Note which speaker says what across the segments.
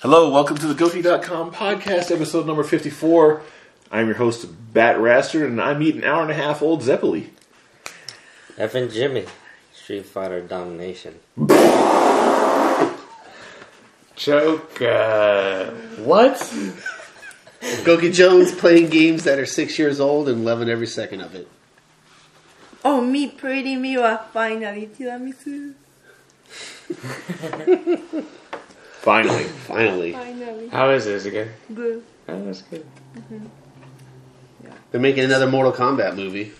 Speaker 1: Hello, welcome to the Goatee.com podcast, episode number 54. I'm your host, Bat Raster, and I meet an hour and a half old Zeppeli.
Speaker 2: F and Jimmy, Street Fighter Domination.
Speaker 3: Joke. Uh,
Speaker 4: What? Goki Jones playing games that are six years old and loving every second of it.
Speaker 5: Oh, me, pretty me, wa finally tiramisu.
Speaker 1: Finally.
Speaker 4: Finally,
Speaker 5: Finally.
Speaker 3: how is it? Is it good?
Speaker 5: Good.
Speaker 3: Oh, that's good.
Speaker 4: they're making another Mortal Kombat movie.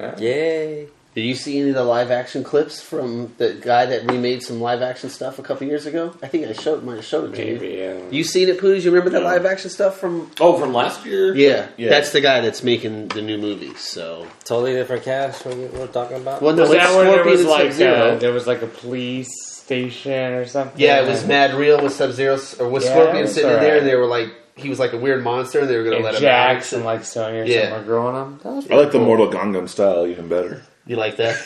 Speaker 2: Yay!
Speaker 4: Did you see any of the live action clips from the guy that remade some live action stuff a couple years ago? I think I showed might have showed it to
Speaker 3: Maybe.
Speaker 4: you.
Speaker 3: Yeah.
Speaker 4: You seen it, Poos? You remember that live action stuff from?
Speaker 1: Oh, from last year?
Speaker 4: Yeah,
Speaker 1: Yeah.
Speaker 4: that's the guy that's making the new movie. So,
Speaker 2: Totally different cast. What we- we're talking about.
Speaker 4: well, no,
Speaker 3: was
Speaker 4: like
Speaker 3: that where there
Speaker 4: Scorpion
Speaker 3: was
Speaker 4: and
Speaker 3: like
Speaker 4: Sub-Zero.
Speaker 3: uh, there was like a police station or something?
Speaker 4: Yeah, it was Mad Real with Sub Zero or with
Speaker 3: Yeah,
Speaker 4: Scorpion
Speaker 3: that's
Speaker 4: sitting in there,
Speaker 3: alright.
Speaker 4: and they were like, he was like a weird monster, and they were gonna
Speaker 3: And
Speaker 4: let him out.
Speaker 3: Jax and like Sonya
Speaker 4: Yeah.
Speaker 3: yeah. were growing up. That was
Speaker 1: I like the Mortal Gangnam style even better.
Speaker 4: You like that?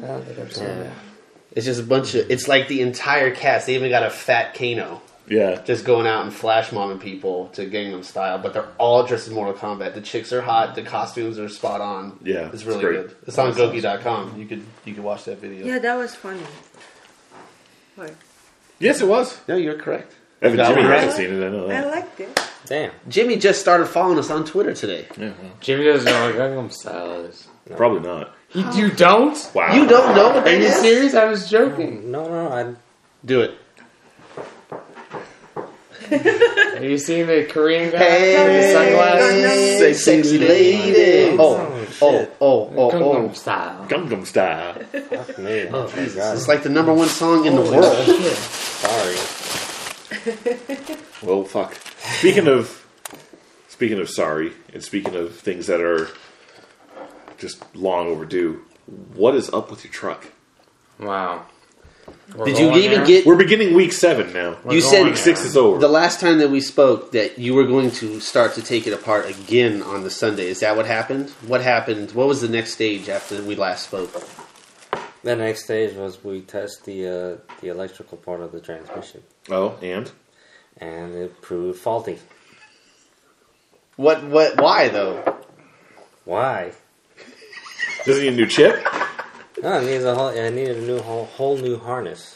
Speaker 3: I don't think I've seen that.
Speaker 4: It's just a bunch of. It's like the entire cast. They even got a fat Kano
Speaker 1: Yeah.
Speaker 4: just going out and flash mobbing people to Gangnam Style, but they're all dressed in Mortal Kombat. The chicks are hot. The costumes are spot on.
Speaker 1: Yeah,
Speaker 4: it's
Speaker 1: it's
Speaker 4: really
Speaker 1: great.
Speaker 4: good. It's on Goki.com. You could you could watch that video.
Speaker 5: Yeah, that was funny. Right.
Speaker 1: Yes, it was.
Speaker 4: No, you're correct.
Speaker 1: Evan
Speaker 4: Got
Speaker 1: Jimmy
Speaker 4: one right.
Speaker 1: hasn't seen it, I know
Speaker 5: I
Speaker 1: that.
Speaker 5: liked it.
Speaker 2: Damn.
Speaker 4: Jimmy just started following us on Twitter today.
Speaker 1: Yeah, well,
Speaker 3: Jimmy doesn't know what Gangnam Style is.
Speaker 1: probably not.
Speaker 3: You, you don't?
Speaker 1: Wow.
Speaker 4: You don't know what
Speaker 3: Are
Speaker 4: that
Speaker 3: you
Speaker 4: is?
Speaker 3: serious? I was joking.
Speaker 2: No, no, no,
Speaker 4: Do it.
Speaker 3: Have you seen the Korean guy with the
Speaker 4: Hey,
Speaker 3: sunglasses?
Speaker 4: sexy, lady. Oh, oh,
Speaker 2: shit.
Speaker 4: oh, oh,
Speaker 3: Gangnam
Speaker 4: oh.
Speaker 3: Style.
Speaker 1: Gangnam style.
Speaker 2: I fuck me. Oh,
Speaker 4: It's like the number one song in the world.
Speaker 2: sorry.
Speaker 1: Well, fuck. Speaking of, speaking of sorry, and speaking of things that are just long overdue, what is up with your truck?
Speaker 3: Wow. We're
Speaker 4: Did you
Speaker 3: going
Speaker 4: even
Speaker 3: there?
Speaker 4: get?
Speaker 1: We're beginning week seven now.
Speaker 3: We're
Speaker 4: You
Speaker 3: going
Speaker 4: said-
Speaker 1: Week six
Speaker 3: there.
Speaker 1: is over.
Speaker 4: The last time that we spoke, that you were going to start to take it apart again on the Sunday. Is that what happened? What happened? What was the next stage after we last spoke?
Speaker 2: The next stage was we test the uh, the electrical part of the transmission,
Speaker 1: oh, and
Speaker 2: and it proved faulty.
Speaker 4: What? What? Why though?
Speaker 2: Why?
Speaker 1: does it need a new chip?
Speaker 2: No, it needs a whole. It needed a new whole, whole new harness.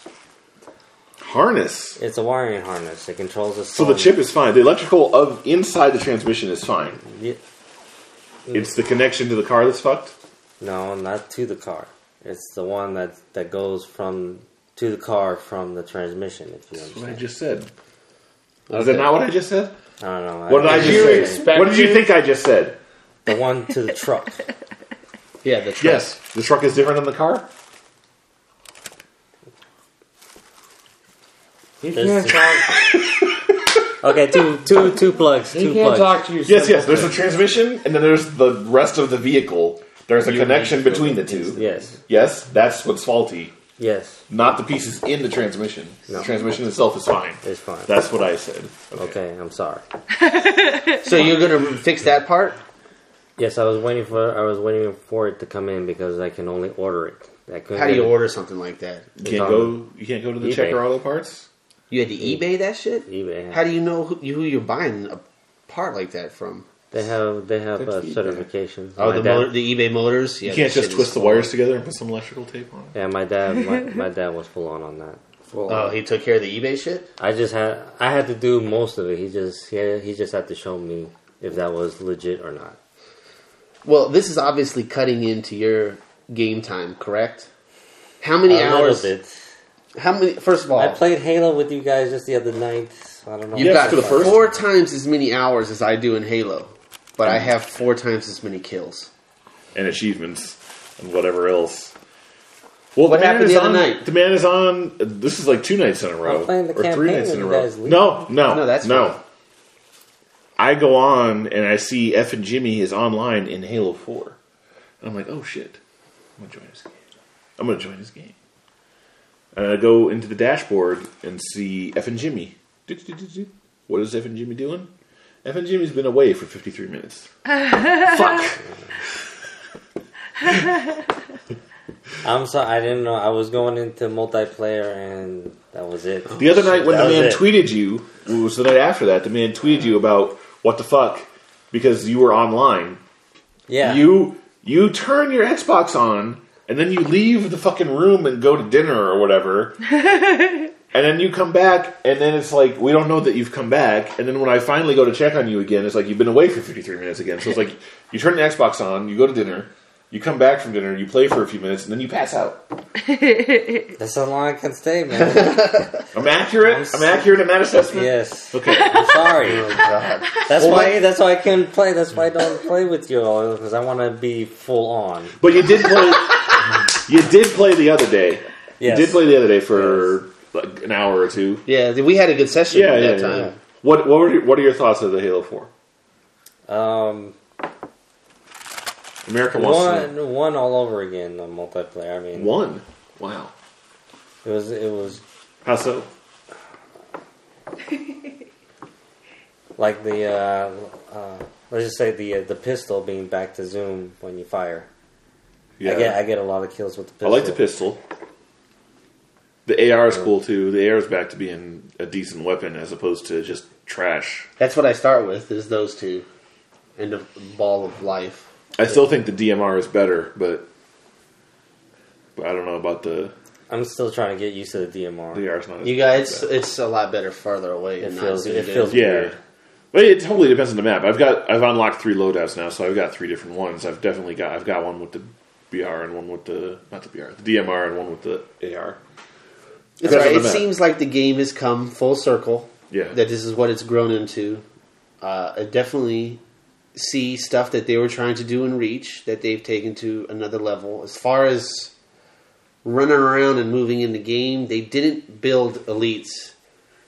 Speaker 1: Harness.
Speaker 2: It's a wiring harness. It controls the.
Speaker 1: So the chip is fine. The electrical of inside the transmission is fine.
Speaker 2: Yeah.
Speaker 1: It's the connection to the car that's fucked.
Speaker 2: No, not to the car. It's the one that that goes from to the car from the transmission. If you
Speaker 1: That's what I
Speaker 2: understand,
Speaker 1: just said. Is that not what I just said?
Speaker 2: I don't know.
Speaker 1: What did I
Speaker 3: Did you
Speaker 1: just say?
Speaker 3: expect
Speaker 1: What did you
Speaker 3: to-
Speaker 1: think I just said?
Speaker 2: The one to the truck.
Speaker 4: Yeah, the truck.
Speaker 1: Yes, the truck is different than the car.
Speaker 3: He
Speaker 2: There's
Speaker 3: can't talk.
Speaker 2: Okay, two two two plugs.
Speaker 3: He
Speaker 2: Two
Speaker 3: can't
Speaker 2: plugs.
Speaker 3: talk to you.
Speaker 1: Yes, yes. There's
Speaker 3: simple
Speaker 1: a transmission, and then there's the rest of the vehicle. There's a
Speaker 3: You
Speaker 1: connection
Speaker 3: need to-
Speaker 1: between the two.
Speaker 2: Yes,
Speaker 1: Yes, that's what's faulty.
Speaker 2: yes,
Speaker 1: Not the pieces in the transmission.
Speaker 2: No.
Speaker 1: The transmission itself is fine.
Speaker 2: it's fine.
Speaker 1: That's what I said.
Speaker 2: okay, I'm sorry.
Speaker 4: So you're gonna fix that part?
Speaker 2: Yes, I was waiting for I was waiting for it to come in because I can only order it. I couldn't
Speaker 4: How do
Speaker 2: get
Speaker 4: you
Speaker 2: it.
Speaker 4: order something like that?
Speaker 1: You can't
Speaker 2: on
Speaker 1: go. You can't go to the
Speaker 2: eBay.
Speaker 1: checker auto parts.
Speaker 4: You had to eBay that shit.
Speaker 2: eBay?
Speaker 4: How do you know who, who you're buying a part like that from?
Speaker 2: they have they have
Speaker 3: Good
Speaker 2: uh,
Speaker 3: feedback.
Speaker 2: certifications.
Speaker 4: Oh,
Speaker 2: My
Speaker 4: the,
Speaker 2: dad-
Speaker 4: motor, the eBay motors. Yeah,
Speaker 1: You can't
Speaker 4: that shit
Speaker 1: just
Speaker 4: is
Speaker 1: twist the
Speaker 4: full on.
Speaker 1: wires together and put some electrical tape on it.
Speaker 2: Yeah, my dad my, my dad was full on on that.
Speaker 3: full.
Speaker 4: Oh, he took care of the eBay shit.
Speaker 2: I just had I had to do most of it. He just he, he just had to show me if that was legit or not.
Speaker 4: Well, this is obviously cutting into your game time, correct? How many
Speaker 2: a
Speaker 4: hours?
Speaker 2: little bit.
Speaker 4: How many? First of all,
Speaker 2: I
Speaker 1: Oh.
Speaker 2: played Halo with you guys just the other night. so I don't know.
Speaker 4: you
Speaker 1: Yes,
Speaker 4: got
Speaker 1: for the first-
Speaker 4: four times as many hours as I do in Halo, but I have four times as many kills.
Speaker 1: and achievements and whatever else. Well,
Speaker 4: What
Speaker 1: man
Speaker 4: happened
Speaker 1: is
Speaker 4: the other
Speaker 1: on-
Speaker 4: night?
Speaker 1: The man is on. This is like two nights in a row,
Speaker 2: I'm playing the
Speaker 1: or three
Speaker 2: campaign
Speaker 1: nights in
Speaker 2: when
Speaker 1: a
Speaker 2: you
Speaker 1: row.
Speaker 2: guys leave.
Speaker 1: No, no, no.
Speaker 4: No,
Speaker 1: That's
Speaker 4: that's
Speaker 1: no.
Speaker 4: fine.
Speaker 1: I go on and I see F and Jimmy is online in Halo Four, and I'm like, oh shit, I'm gonna join this game. I'm gonna join this game. And I go into the dashboard and see F and Jimmy. Do-do-do-do-do. What is F and Jimmy doing? F and Jimmy's been away for 53 minutes. Fuck.
Speaker 2: I'm sorry, I didn't know. I was going into multiplayer and that was it.
Speaker 1: The other night when
Speaker 2: That
Speaker 1: the
Speaker 2: was
Speaker 1: man
Speaker 2: it.
Speaker 1: tweeted you, it was the night after that, the man tweeted you about what the fuck because you were online.
Speaker 2: yeah,
Speaker 1: You you turn your Xbox on and then you leave the fucking room and go to dinner or whatever. and then you come back and then it's like we don't know that you've come back and then when I finally go to check on you again it's like you've been away for 53 minutes again. So it's like you turn the Xbox on, you go to dinner, you come back from dinner, you play for a few minutes and then you pass out.
Speaker 2: that's how long I can stay, man.
Speaker 1: I'm accurate. I'm accurate in that assessment.
Speaker 2: yes,
Speaker 1: Okay.
Speaker 2: I'm sorry.
Speaker 4: Oh god.
Speaker 2: That's
Speaker 1: Well,
Speaker 2: why. That's why I couldn't play. That's why I don't play with you all because I want to be full on.
Speaker 1: But you did play. you did play the other day.
Speaker 2: Yes.
Speaker 1: You did play the other day for like an hour or two.
Speaker 4: Yeah, we had a good session
Speaker 1: Yeah,
Speaker 4: at
Speaker 1: yeah,
Speaker 4: that
Speaker 1: yeah,
Speaker 4: time.
Speaker 1: yeah. What what were your, what are your thoughts of the Halo Four?
Speaker 2: Um,
Speaker 1: America wants to
Speaker 2: one, one all over again on multiplayer. I mean,
Speaker 1: know. one. Wow.
Speaker 2: it was, it was
Speaker 1: How so?
Speaker 2: like the uh, uh, let's just say the uh, the pistol being back to zoom when you fire.
Speaker 1: Yeah.
Speaker 2: I get I get a lot of kills with the
Speaker 1: I
Speaker 2: pistol.
Speaker 1: like the pistol. The AR is cool too. The AR is back to being a decent weapon as opposed to just trash.
Speaker 4: That's what I start with is those two. And a ball of life.
Speaker 1: I still think the DMR is better, but, but I don't know about the
Speaker 2: I'm still trying to get used to the DMR.
Speaker 1: the AR is not. As
Speaker 4: You guys, it's a lot better farther away.
Speaker 2: It
Speaker 4: and
Speaker 2: feels
Speaker 4: not
Speaker 2: it
Speaker 4: zoomed in.
Speaker 2: feels
Speaker 1: Yeah.
Speaker 2: weird.
Speaker 1: Well, it totally depends on the map. I've got I've unlocked three loadouts now, so I've got three different ones. I've definitely got I've got one with the BR and one with the not the BR, the DMR and one with the AR.
Speaker 4: It's
Speaker 1: Depends
Speaker 4: all right.
Speaker 1: on
Speaker 4: It
Speaker 1: the map.
Speaker 4: seems like the game has come full circle.
Speaker 1: Yeah.
Speaker 4: That this is what it's grown into. Uh, I definitely see stuff that they were trying to do in Reach that they've taken to another level. As far as running around and moving in the game, they didn't build elites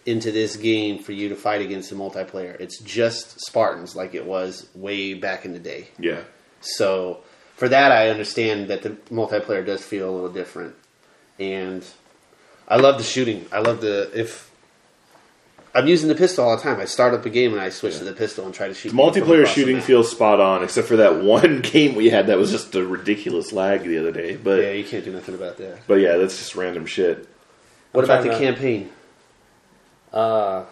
Speaker 4: into this game for you to fight against in multiplayer. It's just Spartans like it was way back in the day.
Speaker 1: Yeah.
Speaker 4: So for that, I understand that the multiplayer does feel a little different, and I love the shooting. I love the if I'm using the pistol all the time. I start up a game and I switch to the pistol and try to shoot.
Speaker 1: The
Speaker 4: people from
Speaker 1: multiplayer
Speaker 4: across the
Speaker 1: shooting
Speaker 4: map.
Speaker 1: feels spot on, except for that one game we had that was just a ridiculous lag the other day. But
Speaker 4: Yeah, you can't do nothing about that.
Speaker 1: but yeah, that's just random shit.
Speaker 4: What about the
Speaker 2: trying to-
Speaker 4: campaign?
Speaker 2: Uh,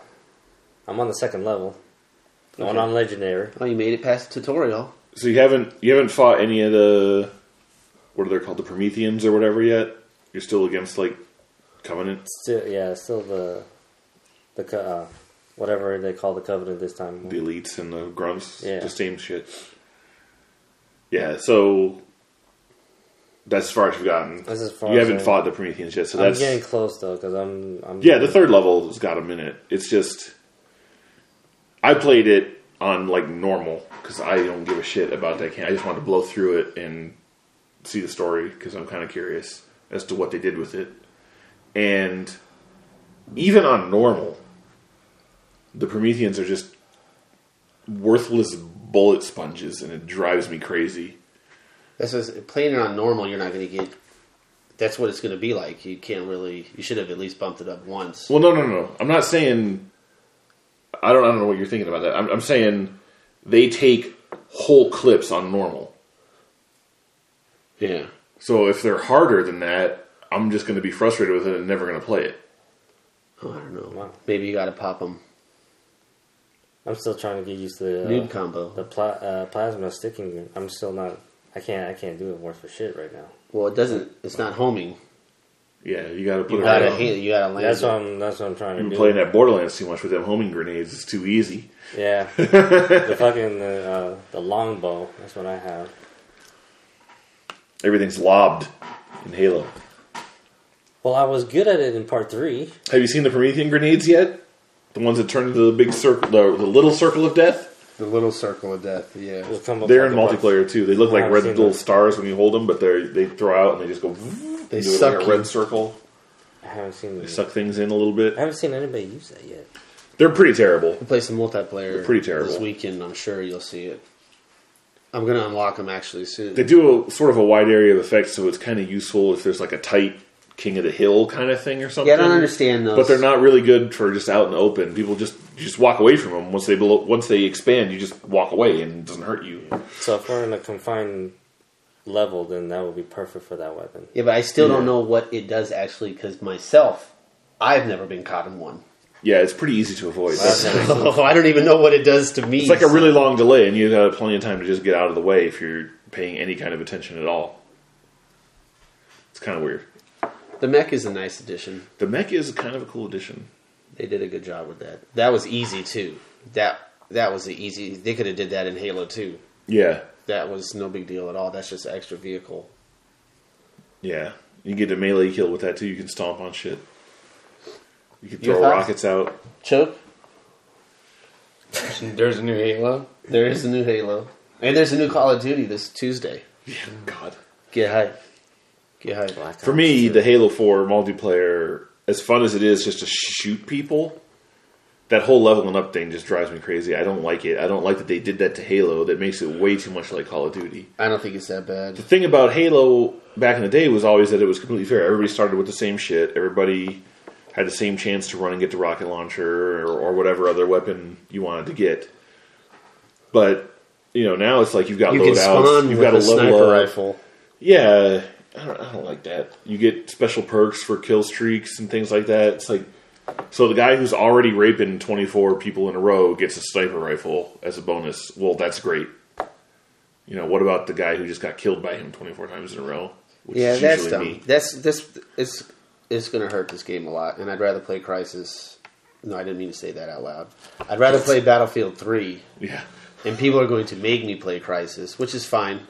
Speaker 2: I'm on the second level. I'm
Speaker 4: Okay.
Speaker 2: on legendary.
Speaker 4: Oh, you made it past the tutorial.
Speaker 1: So you haven't you haven't fought any of the what are they called the Prometheans or whatever yet? You're still against like Covenant.
Speaker 2: Still, yeah, still the the co- uh, whatever they call the covenant this time.
Speaker 1: the elites and the grunts,
Speaker 2: Yeah.
Speaker 1: the same shit. Yeah, so that's as far as you've gotten.
Speaker 2: That's as far
Speaker 1: you
Speaker 2: as
Speaker 1: haven't
Speaker 2: I-
Speaker 1: fought the Prometheans yet, so
Speaker 2: I'm
Speaker 1: that's
Speaker 2: getting close though because I'm, I'm
Speaker 1: yeah. The third level's got a minute. It's just I played it on like normal because I don't give a shit about that game. I just wanted to blow through it and see the story because I'm kind of curious as to what they did with it. And even on normal, the Prometheans are just worthless bullet sponges, and it drives me crazy.
Speaker 4: That's what it's- playing it on normal. You're not going to get. That's what it's going to be like. You can't really. You should have at least bumped it up once.
Speaker 1: Well, no, no, no. I'm not saying. I don't. I don't know what you're thinking about that. I'm, I'm saying they take whole clips on normal.
Speaker 4: Yeah.
Speaker 1: So if they're harder than that, I'm just going to be frustrated with it and never going to play it.
Speaker 4: Oh, I don't know.
Speaker 2: Wow.
Speaker 4: Maybe you got to pop them.
Speaker 2: I'm still trying to get used to the
Speaker 4: Nude combo.
Speaker 2: the pla- uh, plasma sticking. I'm still not. I can't. I can't do it worth for shit right now.
Speaker 4: Well, it doesn't. It's not homing.
Speaker 1: Yeah, you got to put
Speaker 4: You
Speaker 1: it
Speaker 4: gotta
Speaker 1: right.
Speaker 4: hand, you gotta land.
Speaker 2: That's
Speaker 4: it.
Speaker 2: what I'm. That's what I'm trying to
Speaker 1: You've
Speaker 2: do.
Speaker 1: been playing that Borderlands too much with them homing grenades. It's too easy.
Speaker 2: Yeah, the fucking the uh, the longbow. That's what I have.
Speaker 1: Everything's lobbed in Halo.
Speaker 2: Well, I was good at it in part three.
Speaker 1: Have you seen the Promethean grenades yet? The ones that turn into the big circle, the, the little circle of death.
Speaker 4: The little circle of death. Yeah.
Speaker 2: We'll come up
Speaker 1: They're in
Speaker 2: with a-
Speaker 1: multiplayer too. They look like
Speaker 2: I've
Speaker 1: red
Speaker 2: seen
Speaker 1: little
Speaker 2: those.
Speaker 1: stars when you hold them, but they they throw out and they just go.
Speaker 4: They
Speaker 1: into, like,
Speaker 4: suck
Speaker 1: a
Speaker 4: you.
Speaker 1: red circle.
Speaker 2: I haven't seen.
Speaker 1: They suck things in a little bit.
Speaker 2: I haven't seen anybody use that yet.
Speaker 1: They're pretty terrible.
Speaker 4: Play some multiplayer.
Speaker 1: pretty terrible.
Speaker 4: This weekend, I'm sure you'll see it. I'm gonna unlock them actually soon.
Speaker 1: They do a sort of a wide area of effects, so it's kind of useful if there's like a tight king of the hill kind of thing or something.
Speaker 4: yeah, I don't understand those.
Speaker 1: But they're not really good for just out in the open. People just you just walk away from them once they blow, once they expand. You just walk away and it doesn't hurt you.
Speaker 2: So if we're in a confined level, then that would be perfect for that weapon.
Speaker 4: Yeah, but I still don't
Speaker 1: Yeah.
Speaker 4: know what it does actually because myself, I've never been caught in one.
Speaker 1: Yeah, it's pretty easy to avoid. That's-
Speaker 2: I've never-
Speaker 4: So I don't even know what it does to me.
Speaker 1: it's like a really long delay, and you have plenty of time to just get out of the way if you're paying any kind of attention at all. It's kind of weird.
Speaker 4: the mech is a nice addition.
Speaker 1: The mech is kind of a cool addition.
Speaker 4: They did a good job with that. That was easy too. That that was the easy. They could have did that in Halo too.
Speaker 1: Yeah,
Speaker 4: That was no big deal at all. That's just an extra vehicle.
Speaker 1: yeah. You get a melee kill with that too. You can stomp on shit. You can throw
Speaker 4: Your thoughts?
Speaker 1: rockets out.
Speaker 4: Choke.
Speaker 3: There's a new Halo.
Speaker 4: There is a new Halo, and there's a new Call of Duty this Tuesday.
Speaker 1: Yeah, God.
Speaker 4: Get hype. Get hype.
Speaker 2: Black
Speaker 1: For
Speaker 2: Ops
Speaker 1: me,
Speaker 2: two.
Speaker 1: the Halo 4 multiplayer, as fun as it is just to shoot people, that whole leveling up thing just drives me crazy. I don't like it. I don't like that they did that to Halo. That makes it way too much like Call of Duty.
Speaker 4: I don't think it's that bad.
Speaker 1: The thing about Halo back in the day was always that it was completely fair. Everybody started with the same shit. Everybody had the same chance to run and get the rocket launcher or, or whatever other weapon you wanted to get. But, you know, now it's like you've got
Speaker 4: You can
Speaker 1: loadouts,
Speaker 4: spawn
Speaker 1: you've
Speaker 4: with
Speaker 1: got to
Speaker 4: a
Speaker 1: level
Speaker 4: sniper
Speaker 1: up.
Speaker 4: rifle.
Speaker 1: Yeah, I don't, I don't like that. You get special perks for kill streaks and things like that. It's like so the guy who's already raping twenty four people in a row gets a sniper rifle as a bonus. Well, that's great. You know, what about the guy who just got killed by him twenty four times in a row? Which
Speaker 4: Yeah,
Speaker 1: is
Speaker 4: that's
Speaker 1: usually
Speaker 4: dumb.
Speaker 1: me.
Speaker 4: That's this it's it's gonna hurt this game a lot, and I'd rather play Crisis. No, I didn't mean to say that out loud. I'd rather play Battlefield Three,
Speaker 1: Yeah,
Speaker 4: and people are going to make me play Crisis, which is fine.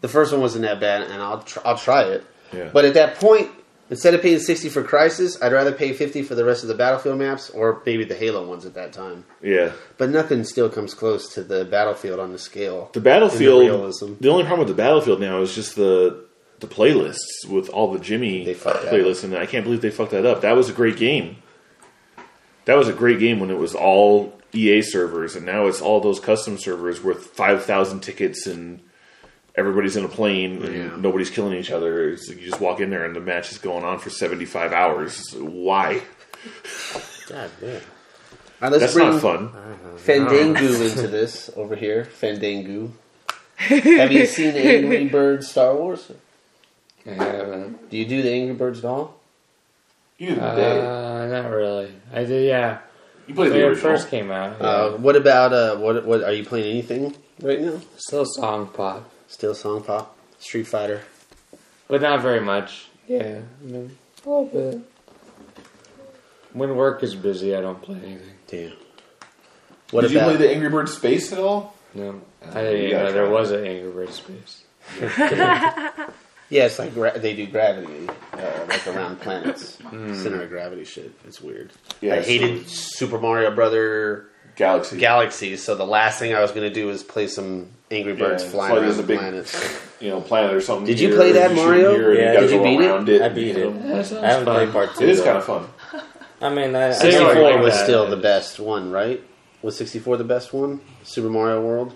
Speaker 4: The first one wasn't that bad, and I'll tr- I'll try it.
Speaker 1: Yeah.
Speaker 4: But at that point, instead of paying sixty for Crisis, I'd rather pay fifty for the rest of the Battlefield maps or maybe the Halo ones at that time.
Speaker 1: yeah.
Speaker 4: But nothing still comes close to the Battlefield on the scale.
Speaker 1: The battlefield.
Speaker 4: And the realism.
Speaker 1: The, only problem with the battlefield now is just the the playlists with all the Jimmy
Speaker 4: They fucked that
Speaker 1: playlists, and I can't believe they fucked that up. That was a great game. That was a great game when it was all EA servers, and now it's all those custom servers with five thousand tickets and. Everybody's in a plane and
Speaker 4: Yeah.
Speaker 1: nobody's killing each other. It's like you just walk in there and the match is going on for 75 hours. Why?
Speaker 2: God damn.
Speaker 4: All right, let's
Speaker 1: That's
Speaker 4: bring-
Speaker 1: not fun.
Speaker 4: Fandango into this over here. Fandango. Have you seen Angry Birds Star Wars?
Speaker 3: I haven't.
Speaker 4: Do you do the Angry Birds at all?
Speaker 1: You,
Speaker 3: Uh, not really. I did. Yeah.
Speaker 1: you played
Speaker 3: When it first came out, yeah.
Speaker 4: Uh, what about uh, what? What are you playing? Anything right now?
Speaker 3: still song pop,
Speaker 4: Still song pop, Street Fighter.
Speaker 3: but not very much. Yeah, I mean, a little bit. When work is busy, I don't play anything.
Speaker 4: Damn. What
Speaker 1: Did you
Speaker 4: about
Speaker 1: play the Angry Bird Space at all?
Speaker 3: No, I
Speaker 1: you
Speaker 3: didn't even
Speaker 1: gotta
Speaker 3: know there
Speaker 1: try.
Speaker 3: was an Angry Birds space.
Speaker 4: yeah? It's like gra- they do gravity, uh, like around planets, center of gravity shit. It's weird.
Speaker 1: Hmm. Yeah,
Speaker 4: I hated Super Mario Brother
Speaker 1: Galaxy.
Speaker 4: Galaxy, so the last thing I was gonna do was play some Angry Birds
Speaker 1: Yeah,
Speaker 4: flying
Speaker 1: so
Speaker 4: around
Speaker 1: there's
Speaker 4: the
Speaker 1: a big-
Speaker 4: planets.
Speaker 1: you know, planet or something.
Speaker 4: Did you
Speaker 1: here,
Speaker 4: play
Speaker 1: or
Speaker 4: that,
Speaker 1: shoot
Speaker 4: Mario?
Speaker 1: Here,
Speaker 2: Yeah,
Speaker 1: yeah, you
Speaker 2: did
Speaker 1: did
Speaker 2: you
Speaker 1: go
Speaker 4: beat it?
Speaker 1: around it?
Speaker 2: I beat
Speaker 1: you
Speaker 2: it.
Speaker 1: know.
Speaker 3: That sounds
Speaker 2: I haven't
Speaker 3: fun.
Speaker 2: played part two.
Speaker 1: It is
Speaker 2: though.
Speaker 1: kind of fun.
Speaker 2: I mean, I, I
Speaker 3: Same
Speaker 2: still
Speaker 3: like
Speaker 4: Sixty
Speaker 2: play
Speaker 4: four
Speaker 3: that.
Speaker 4: was still the best one, right? Was sixty four the best one? Super Mario World.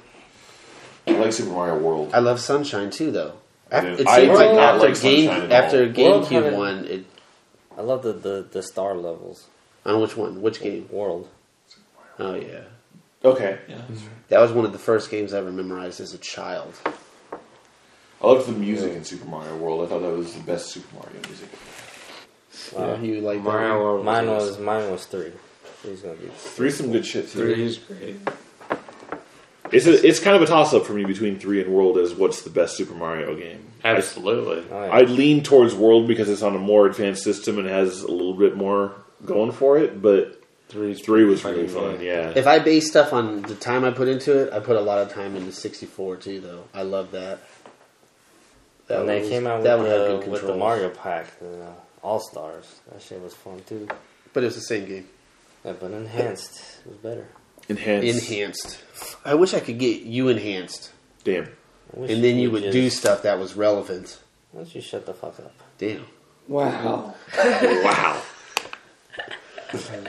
Speaker 1: I like Super Mario World.
Speaker 4: I love Sunshine too, though. After, it
Speaker 1: Yeah, I did
Speaker 4: seems like
Speaker 1: not
Speaker 4: after
Speaker 1: like
Speaker 4: Game
Speaker 1: Sunshine at all.
Speaker 4: after
Speaker 2: World
Speaker 4: GameCube
Speaker 2: had it.
Speaker 4: one, it
Speaker 2: I love the, the, the star levels.
Speaker 4: on which one? Which game?
Speaker 2: World.
Speaker 4: Oh yeah,
Speaker 1: Okay. Yeah.
Speaker 4: that was one of the first games I ever memorized as a child.
Speaker 1: I loved the music in Super Mario World. I thought that was the best Super Mario music.
Speaker 2: Wow.
Speaker 4: Yeah, you like
Speaker 3: Mario
Speaker 4: that?
Speaker 3: World.
Speaker 2: Mine was mine was three. Three's gonna be
Speaker 1: Three some good shit. too.
Speaker 3: three is great.
Speaker 1: It's a, it's kind of a toss up for me between three and World as what's the best Super Mario game.
Speaker 3: Absolutely.
Speaker 2: oh,
Speaker 1: I
Speaker 2: yeah.
Speaker 1: lean towards World because it's on a more advanced system and has a little bit more going for it. But
Speaker 3: Three's
Speaker 1: three was
Speaker 3: pretty
Speaker 1: really
Speaker 3: fucking
Speaker 1: fun. Yeah.
Speaker 4: If I base stuff on the time I put into it, I put a lot of time into sixty four too, though. I love that.
Speaker 2: when
Speaker 4: That one
Speaker 2: they
Speaker 4: was-
Speaker 2: came out
Speaker 4: that
Speaker 2: with
Speaker 4: one had good
Speaker 2: the, with the
Speaker 4: controls.
Speaker 2: Mario pack, the uh, All Stars. That shit was fun too.
Speaker 4: but it was the same game.
Speaker 2: Yeah, but enhanced was better.
Speaker 1: Enhanced.
Speaker 4: Enhanced. I wish I could get you enhanced.
Speaker 1: Damn.
Speaker 2: I wish
Speaker 4: and then you would
Speaker 2: just-
Speaker 4: do stuff that was relevant.
Speaker 2: Why don't you shut the fuck up?
Speaker 4: Damn.
Speaker 3: Wow.
Speaker 1: wow.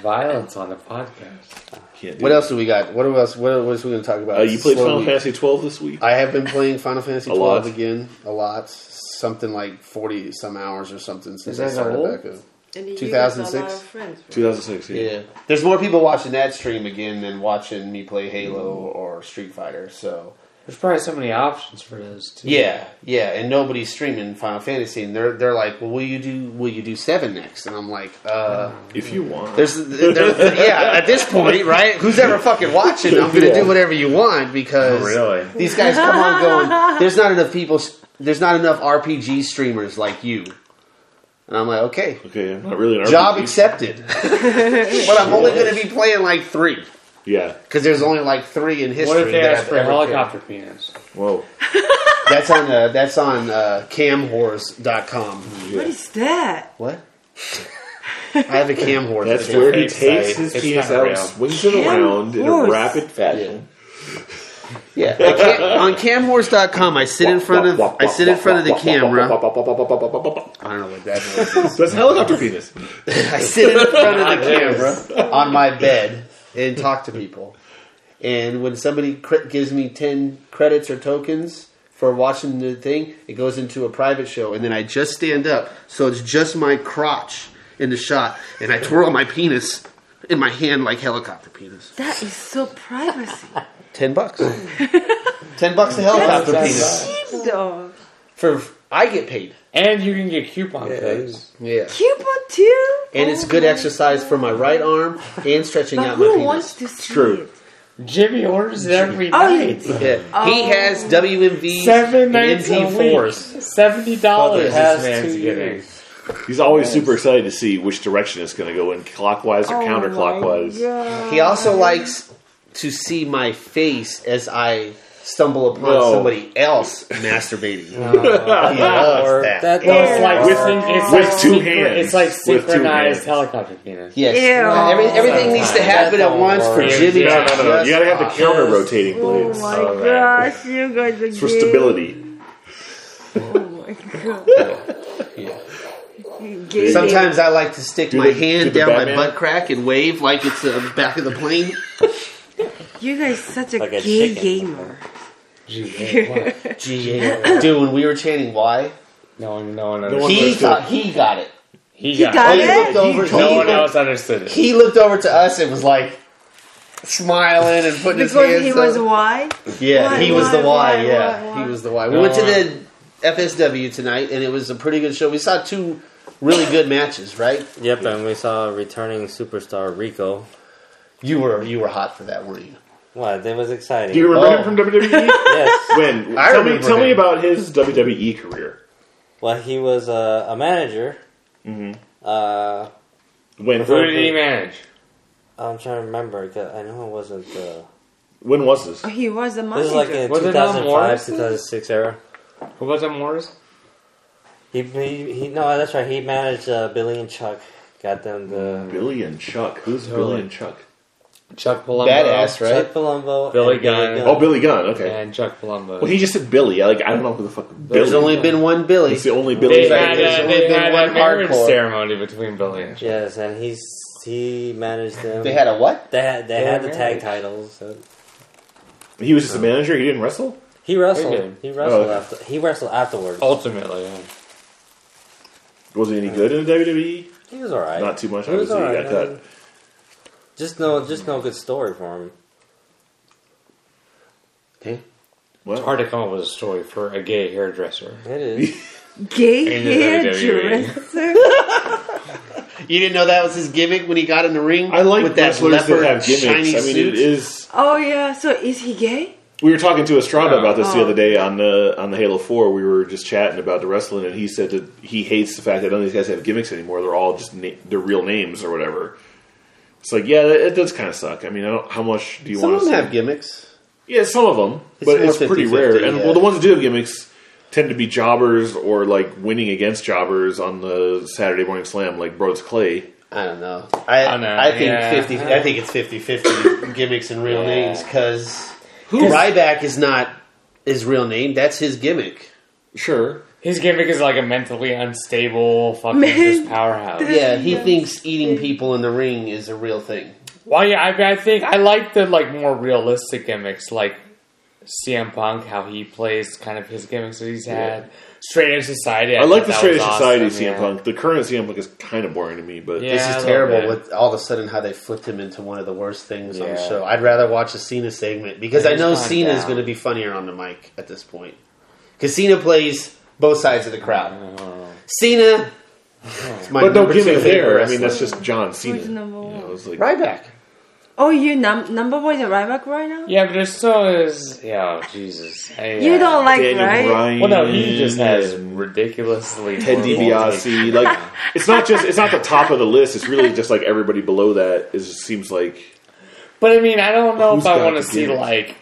Speaker 3: Violence on the podcast.
Speaker 1: Can't do
Speaker 4: What
Speaker 1: it.
Speaker 4: else do we got? What else? What else are we going to talk about?
Speaker 1: Uh, you played
Speaker 4: Slow
Speaker 1: Final
Speaker 4: week.
Speaker 1: Fantasy twelve this week.
Speaker 4: I have been playing Final Fantasy
Speaker 1: A
Speaker 4: twelve
Speaker 1: lot.
Speaker 4: again a lot, something like forty some hours or something since
Speaker 3: Is
Speaker 4: I
Speaker 3: that
Speaker 4: started
Speaker 3: old?
Speaker 4: back up.
Speaker 5: And you got a
Speaker 4: 2006?
Speaker 5: lot of friends, right?
Speaker 1: 2006.
Speaker 4: Yeah, there's more people watching that stream again than watching me play Halo or Street Fighter. So
Speaker 3: There's probably so many options for those too.
Speaker 4: Yeah, yeah, and nobody's streaming Final Fantasy, and they're they're like, "Well, will you do will you do seven next?" And I'm like, "Uh,
Speaker 1: If you want,
Speaker 4: there's, there's yeah." At this point, right? Who's ever fucking watching? I'm gonna
Speaker 1: Yeah. Oh,
Speaker 4: do whatever you want because
Speaker 1: really.
Speaker 4: these guys come on going. There's not enough people. There's not enough RPG streamers like you. And I'm like, okay,
Speaker 1: Okay, I'm not really an
Speaker 4: job
Speaker 1: RPG.
Speaker 4: accepted. but I'm only gonna be playing like three
Speaker 1: Yeah.
Speaker 4: because there's only like three in history.
Speaker 3: What if they
Speaker 4: that
Speaker 3: ask
Speaker 4: I've
Speaker 3: for a
Speaker 4: ever played.
Speaker 3: helicopter penis?
Speaker 1: Whoa.
Speaker 4: That's on uh, that's on uh, camhorse.com.
Speaker 5: What is that?
Speaker 4: What? I have a cam horse.
Speaker 1: That's
Speaker 4: It's
Speaker 1: where
Speaker 4: a
Speaker 1: he
Speaker 4: fake
Speaker 1: takes
Speaker 4: site.
Speaker 1: his
Speaker 3: It's
Speaker 1: penis
Speaker 3: not
Speaker 1: out
Speaker 3: real.
Speaker 1: and swings it
Speaker 5: Cam
Speaker 1: around in a
Speaker 5: horse.
Speaker 1: rapid fashion.
Speaker 4: Yeah, I can't- on camhorse.com, I sit in front of I sit in front of the camera. I don't know what that was.
Speaker 1: That's helicopter penis.
Speaker 4: I sit in front of the camera on my bed and talk to people. And when somebody cr- gives me ten credits or tokens for watching the thing, it goes into a private show, and then I just stand up, so it's just my crotch in the shot, and I twirl my penis in my hand like helicopter penis.
Speaker 5: That is so privacy.
Speaker 4: Ten bucks. ten bucks a helicopter penis.
Speaker 5: Cheap dog.
Speaker 4: For I get paid.
Speaker 3: And you can get coupon codes.
Speaker 4: Yeah.
Speaker 5: Cute one too. Oh,
Speaker 4: And it's good exercise for my right arm and stretching
Speaker 5: But
Speaker 4: out my
Speaker 5: who
Speaker 4: penis.
Speaker 5: wants to see?
Speaker 1: True.
Speaker 3: Jimmy orders it every
Speaker 5: Oh, you
Speaker 3: night.
Speaker 4: Yeah. He
Speaker 5: Oh.
Speaker 4: has WMV
Speaker 3: Seven
Speaker 4: and
Speaker 3: nights a week.
Speaker 4: MP4s.
Speaker 3: Seventy dollars
Speaker 2: It has
Speaker 3: this man's
Speaker 2: two
Speaker 3: getting.
Speaker 1: He's always super excited to see which direction it's going to go in, clockwise
Speaker 4: Oh
Speaker 1: or counterclockwise.
Speaker 4: He also likes to see my face as I stumble upon
Speaker 1: No.
Speaker 4: somebody else masturbating. he
Speaker 2: Or
Speaker 4: loves that.
Speaker 2: that
Speaker 3: Well, it's like
Speaker 1: With-
Speaker 3: syn- it's
Speaker 1: with
Speaker 3: like
Speaker 1: two
Speaker 3: synchro-
Speaker 1: hands.
Speaker 3: It's like
Speaker 1: With two
Speaker 3: synchronized
Speaker 1: hands.
Speaker 3: helicopter penis.
Speaker 4: Yes.
Speaker 5: Ew.
Speaker 4: Every- everything needs to happen at once for
Speaker 3: Yeah,
Speaker 4: Jimmy.
Speaker 1: No,
Speaker 3: yeah,
Speaker 1: no, no, no. You got to have the counter rotating
Speaker 5: Oh
Speaker 1: blades
Speaker 5: my
Speaker 3: All right.
Speaker 5: gosh, you guys are
Speaker 1: for
Speaker 5: gay.
Speaker 1: stability.
Speaker 5: Oh my god. Gay.
Speaker 4: Sometimes I like to stick
Speaker 1: Do
Speaker 4: my
Speaker 1: the- do
Speaker 4: hand
Speaker 1: the
Speaker 4: down my
Speaker 1: Batman?
Speaker 4: butt crack and wave like it's the back of the plane.
Speaker 5: you guys such a
Speaker 2: Like a
Speaker 5: gay
Speaker 2: chicken.
Speaker 5: gamer.
Speaker 3: Gee, what?
Speaker 4: Dude, when we were chanting why,
Speaker 3: No one, no one
Speaker 1: one-
Speaker 3: understood.
Speaker 4: he
Speaker 1: Understood.
Speaker 4: thought he got it.
Speaker 3: He,
Speaker 5: He
Speaker 3: got,
Speaker 5: got
Speaker 4: He
Speaker 5: it?
Speaker 4: looked
Speaker 1: He
Speaker 4: over. He,
Speaker 1: told
Speaker 3: No one
Speaker 4: looked-
Speaker 3: else understood it.
Speaker 4: he looked over to us and was like smiling and putting his
Speaker 5: Because
Speaker 4: hands
Speaker 5: he
Speaker 4: up.
Speaker 5: was why?
Speaker 4: yeah,
Speaker 5: why,
Speaker 4: he was the
Speaker 5: why,
Speaker 4: why.
Speaker 5: why,
Speaker 4: yeah,
Speaker 5: why, why?
Speaker 4: he was the why. We went to the FSW tonight, and it was a pretty good show. We saw two really good matches, right?
Speaker 2: Yep, and we saw returning superstar Rico.
Speaker 4: You were you were hot for that, weren't you?
Speaker 2: What? That was exciting.
Speaker 1: Do you remember
Speaker 4: Oh.
Speaker 1: him from WWE?
Speaker 2: yes.
Speaker 1: when?
Speaker 4: I
Speaker 1: tell me,
Speaker 4: remember
Speaker 1: tell me
Speaker 4: him.
Speaker 1: about his WWE career.
Speaker 2: Well, he was a, a manager.
Speaker 1: Mhm.
Speaker 2: Uh,
Speaker 1: When?
Speaker 3: Who did he manage?
Speaker 2: I'm trying to remember. 'cause I know it wasn't. Uh,
Speaker 1: When was this?
Speaker 5: Oh, He was a
Speaker 2: this
Speaker 5: manager.
Speaker 2: is like in
Speaker 3: Was it Don Morrison?
Speaker 2: 2005, 2006 era.
Speaker 3: Who was it, Morris?
Speaker 2: He, he, he, no, that's right. He managed uh, Billy and Chuck. Got them the
Speaker 1: Billy and Chuck. Who's Billy and Chuck?
Speaker 3: Chuck Palumbo.
Speaker 4: Badass, right?
Speaker 2: Chuck Palumbo,
Speaker 3: Billy
Speaker 2: and
Speaker 3: Gunn.
Speaker 1: Oh, Billy Gunn. Okay.
Speaker 3: And Chuck Palumbo.
Speaker 1: Well, he just said Billy. I, Like I don't know who the fuck Billy.
Speaker 4: There's only been one Billy.
Speaker 1: it's the only
Speaker 3: they
Speaker 1: Billy.
Speaker 4: Billy
Speaker 1: I
Speaker 3: had,
Speaker 1: know.
Speaker 4: Gunn.
Speaker 3: a, they
Speaker 4: There's only
Speaker 3: had
Speaker 4: been
Speaker 3: a
Speaker 4: one
Speaker 3: marriage
Speaker 4: hardcore.
Speaker 3: ceremony between Billy and Chuck.
Speaker 2: Yes, and he's he managed them.
Speaker 4: They had a what?
Speaker 2: they had, they
Speaker 3: They
Speaker 2: had
Speaker 3: were
Speaker 2: the
Speaker 3: married.
Speaker 2: tag titles. So.
Speaker 1: He was just a manager. He didn't wrestle.
Speaker 2: He
Speaker 3: Okay.
Speaker 2: wrestled. He wrestled
Speaker 1: Oh, okay.
Speaker 2: after. He wrestled afterwards.
Speaker 3: Ultimately, um, yeah.
Speaker 1: Was he any good in the WWE?
Speaker 2: He was all right.
Speaker 1: Not too much.
Speaker 2: He was
Speaker 1: Obviously,
Speaker 2: all
Speaker 1: he
Speaker 2: right.
Speaker 1: got
Speaker 2: I
Speaker 1: cut.
Speaker 2: mean, Just no, just no good story for him.
Speaker 1: What?
Speaker 3: It's hard to come up with a story for a gay hairdresser.
Speaker 2: It is.
Speaker 5: gay
Speaker 3: In the WWE.
Speaker 5: hairdresser.
Speaker 4: You didn't know that was his gimmick when he got in the ring.
Speaker 1: I like
Speaker 4: with that
Speaker 1: wrestlers that
Speaker 4: leopard
Speaker 1: have gimmicks.
Speaker 4: shiny
Speaker 1: I mean,
Speaker 4: suit.
Speaker 1: it is.
Speaker 5: oh yeah. So is he gay?
Speaker 1: We were talking to Estrada
Speaker 3: Yeah.
Speaker 1: about this the
Speaker 5: Oh.
Speaker 1: other day on the on the Halo Four. We were just chatting about the wrestling, and he said that he hates the fact that none of these guys have gimmicks anymore. They're all just na- their real names or whatever. It's like, yeah, it, it does kind of suck. I mean, I don't, how much do you
Speaker 4: Some
Speaker 1: want
Speaker 4: of
Speaker 1: to
Speaker 4: them
Speaker 1: see?
Speaker 4: have gimmicks.
Speaker 1: Yeah, some of them,
Speaker 4: It's
Speaker 1: but
Speaker 4: more
Speaker 1: it's pretty
Speaker 4: 50-50,
Speaker 1: rare. And
Speaker 4: yeah.
Speaker 1: well, the ones that do have gimmicks tend to be jobbers or like winning against jobbers on the Saturday Morning Slam, like Broads Clay.
Speaker 4: I don't know. I
Speaker 3: I know,
Speaker 4: I think
Speaker 3: yeah.
Speaker 4: fifty. I think it's 50-50 gimmicks and real
Speaker 2: Yeah.
Speaker 4: names because Ryback is not his real name. That's his gimmick.
Speaker 1: Sure,
Speaker 3: His gimmick is like a mentally unstable fucking
Speaker 5: Man.
Speaker 3: just powerhouse.
Speaker 4: Yeah, he thinks eating people in the ring is a real thing.
Speaker 3: Well, yeah, I, I think I like the like more realistic gimmicks, like CM Punk, how he plays kind of his gimmicks that he's had. Straight Edge Society.
Speaker 1: I like
Speaker 3: thought
Speaker 1: the
Speaker 3: that
Speaker 1: Straight Edge
Speaker 3: was
Speaker 1: Society
Speaker 3: awesome,
Speaker 1: CM
Speaker 3: yeah.
Speaker 1: Punk. The current CM Punk is kind of boring to me, but this-
Speaker 3: Yeah.
Speaker 4: this
Speaker 3: a
Speaker 4: is
Speaker 3: little
Speaker 4: terrible.
Speaker 3: bit.
Speaker 4: With all of a sudden how they flipped him into one of the worst things on the
Speaker 3: Yeah.
Speaker 4: show. I'd rather watch a Cena segment because I
Speaker 3: He's
Speaker 4: know
Speaker 3: gone
Speaker 4: Cena is
Speaker 3: down.
Speaker 4: going to be funnier on the mic at this point. Because Cena plays both sides of the crowd. Cena, it's my
Speaker 1: but no
Speaker 4: number two
Speaker 1: gimmick
Speaker 4: favorite
Speaker 1: there. I
Speaker 4: wrestler.
Speaker 1: mean, that's just John Cena.
Speaker 5: Who's number
Speaker 1: You know,
Speaker 5: one?
Speaker 1: it's like-
Speaker 4: Ryback.
Speaker 5: Oh, you num- number one is Ryback right now?
Speaker 3: Yeah, but there's still is. Yeah, oh, Jesus. Hey,
Speaker 5: You
Speaker 3: uh,
Speaker 5: don't like,
Speaker 1: Daniel
Speaker 5: right?
Speaker 1: Bryan.
Speaker 3: Well, no, he just has
Speaker 1: and
Speaker 3: ridiculously.
Speaker 1: Ted
Speaker 3: horrible takes.
Speaker 1: DiBiase. Like, it's not just it's not the top of the list. It's really just like everybody below that. It just seems like
Speaker 3: But I mean, I don't know
Speaker 1: Who's
Speaker 3: if I
Speaker 1: got
Speaker 3: want
Speaker 1: the
Speaker 3: to see
Speaker 1: gimmick?
Speaker 3: like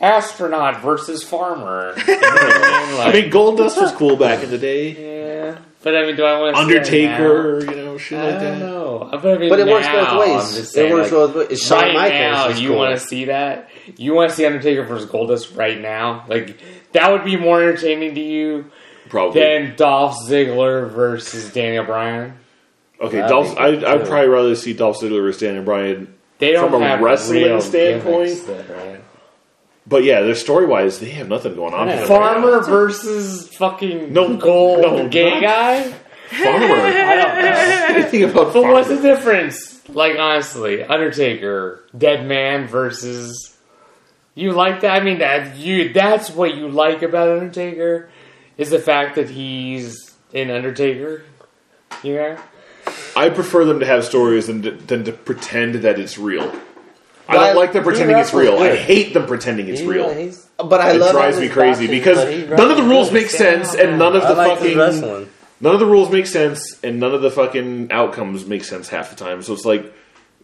Speaker 3: astronaut versus farmer. You know what I mean?
Speaker 1: I
Speaker 3: Like,
Speaker 1: mean, Goldust was cool back in the day.
Speaker 3: yeah. But I mean, do I want to
Speaker 1: Undertaker, you know, shit
Speaker 3: I
Speaker 1: like that.
Speaker 3: don't know. Oh, But, I mean,
Speaker 4: But it works
Speaker 3: now,
Speaker 4: both
Speaker 3: I'm
Speaker 4: ways.
Speaker 3: just saying,
Speaker 4: it works
Speaker 3: like,
Speaker 4: both ways. Shawn
Speaker 3: right
Speaker 4: Michaels
Speaker 3: now,
Speaker 4: is
Speaker 3: you
Speaker 4: cool.
Speaker 3: want to see that? You want to see Undertaker versus Goldust right now? Like that would be more entertaining to you
Speaker 1: Probably.
Speaker 3: than Dolph Ziggler versus Daniel Bryan.
Speaker 1: okay,
Speaker 2: That'd
Speaker 1: Dolph.
Speaker 2: be
Speaker 1: I,
Speaker 2: good,
Speaker 1: I'd
Speaker 2: too.
Speaker 1: probably rather see Dolph Ziggler versus Daniel Bryan.
Speaker 3: They don't
Speaker 1: From a
Speaker 3: have
Speaker 1: wrestling
Speaker 3: real
Speaker 1: standpoint?
Speaker 3: gimmicks there, right?
Speaker 1: But yeah, their story wise, they have nothing going on. for them
Speaker 3: Farmer versus fucking
Speaker 1: No,
Speaker 3: gold
Speaker 1: no,
Speaker 3: gay
Speaker 1: not-
Speaker 3: guy.
Speaker 1: right now. Farmer.
Speaker 3: I don't know.
Speaker 1: Anything about
Speaker 3: But what's the
Speaker 1: Farmer?
Speaker 3: difference? Like honestly, Undertaker, Dead Man versus you like that? I mean that you that's what you like about Undertaker is the fact that he's an Undertaker. You know?
Speaker 1: I prefer them to have stories than to, than to pretend that it's real. I
Speaker 4: Well,
Speaker 1: don't like them pretending it's
Speaker 4: wrestler's
Speaker 1: real. I
Speaker 4: good.
Speaker 1: hate them pretending it's real.
Speaker 2: He's,
Speaker 4: But I
Speaker 1: it
Speaker 4: love
Speaker 1: drives
Speaker 4: him
Speaker 1: me
Speaker 4: as
Speaker 1: crazy
Speaker 4: boxing, but he
Speaker 1: because
Speaker 2: wrestles
Speaker 1: none of the rules
Speaker 2: good.
Speaker 1: make sense and none of
Speaker 2: I
Speaker 1: the
Speaker 2: like his
Speaker 1: fucking
Speaker 2: wrestling.
Speaker 1: none of the rules make sense and none of the fucking outcomes make sense half the time. So it's like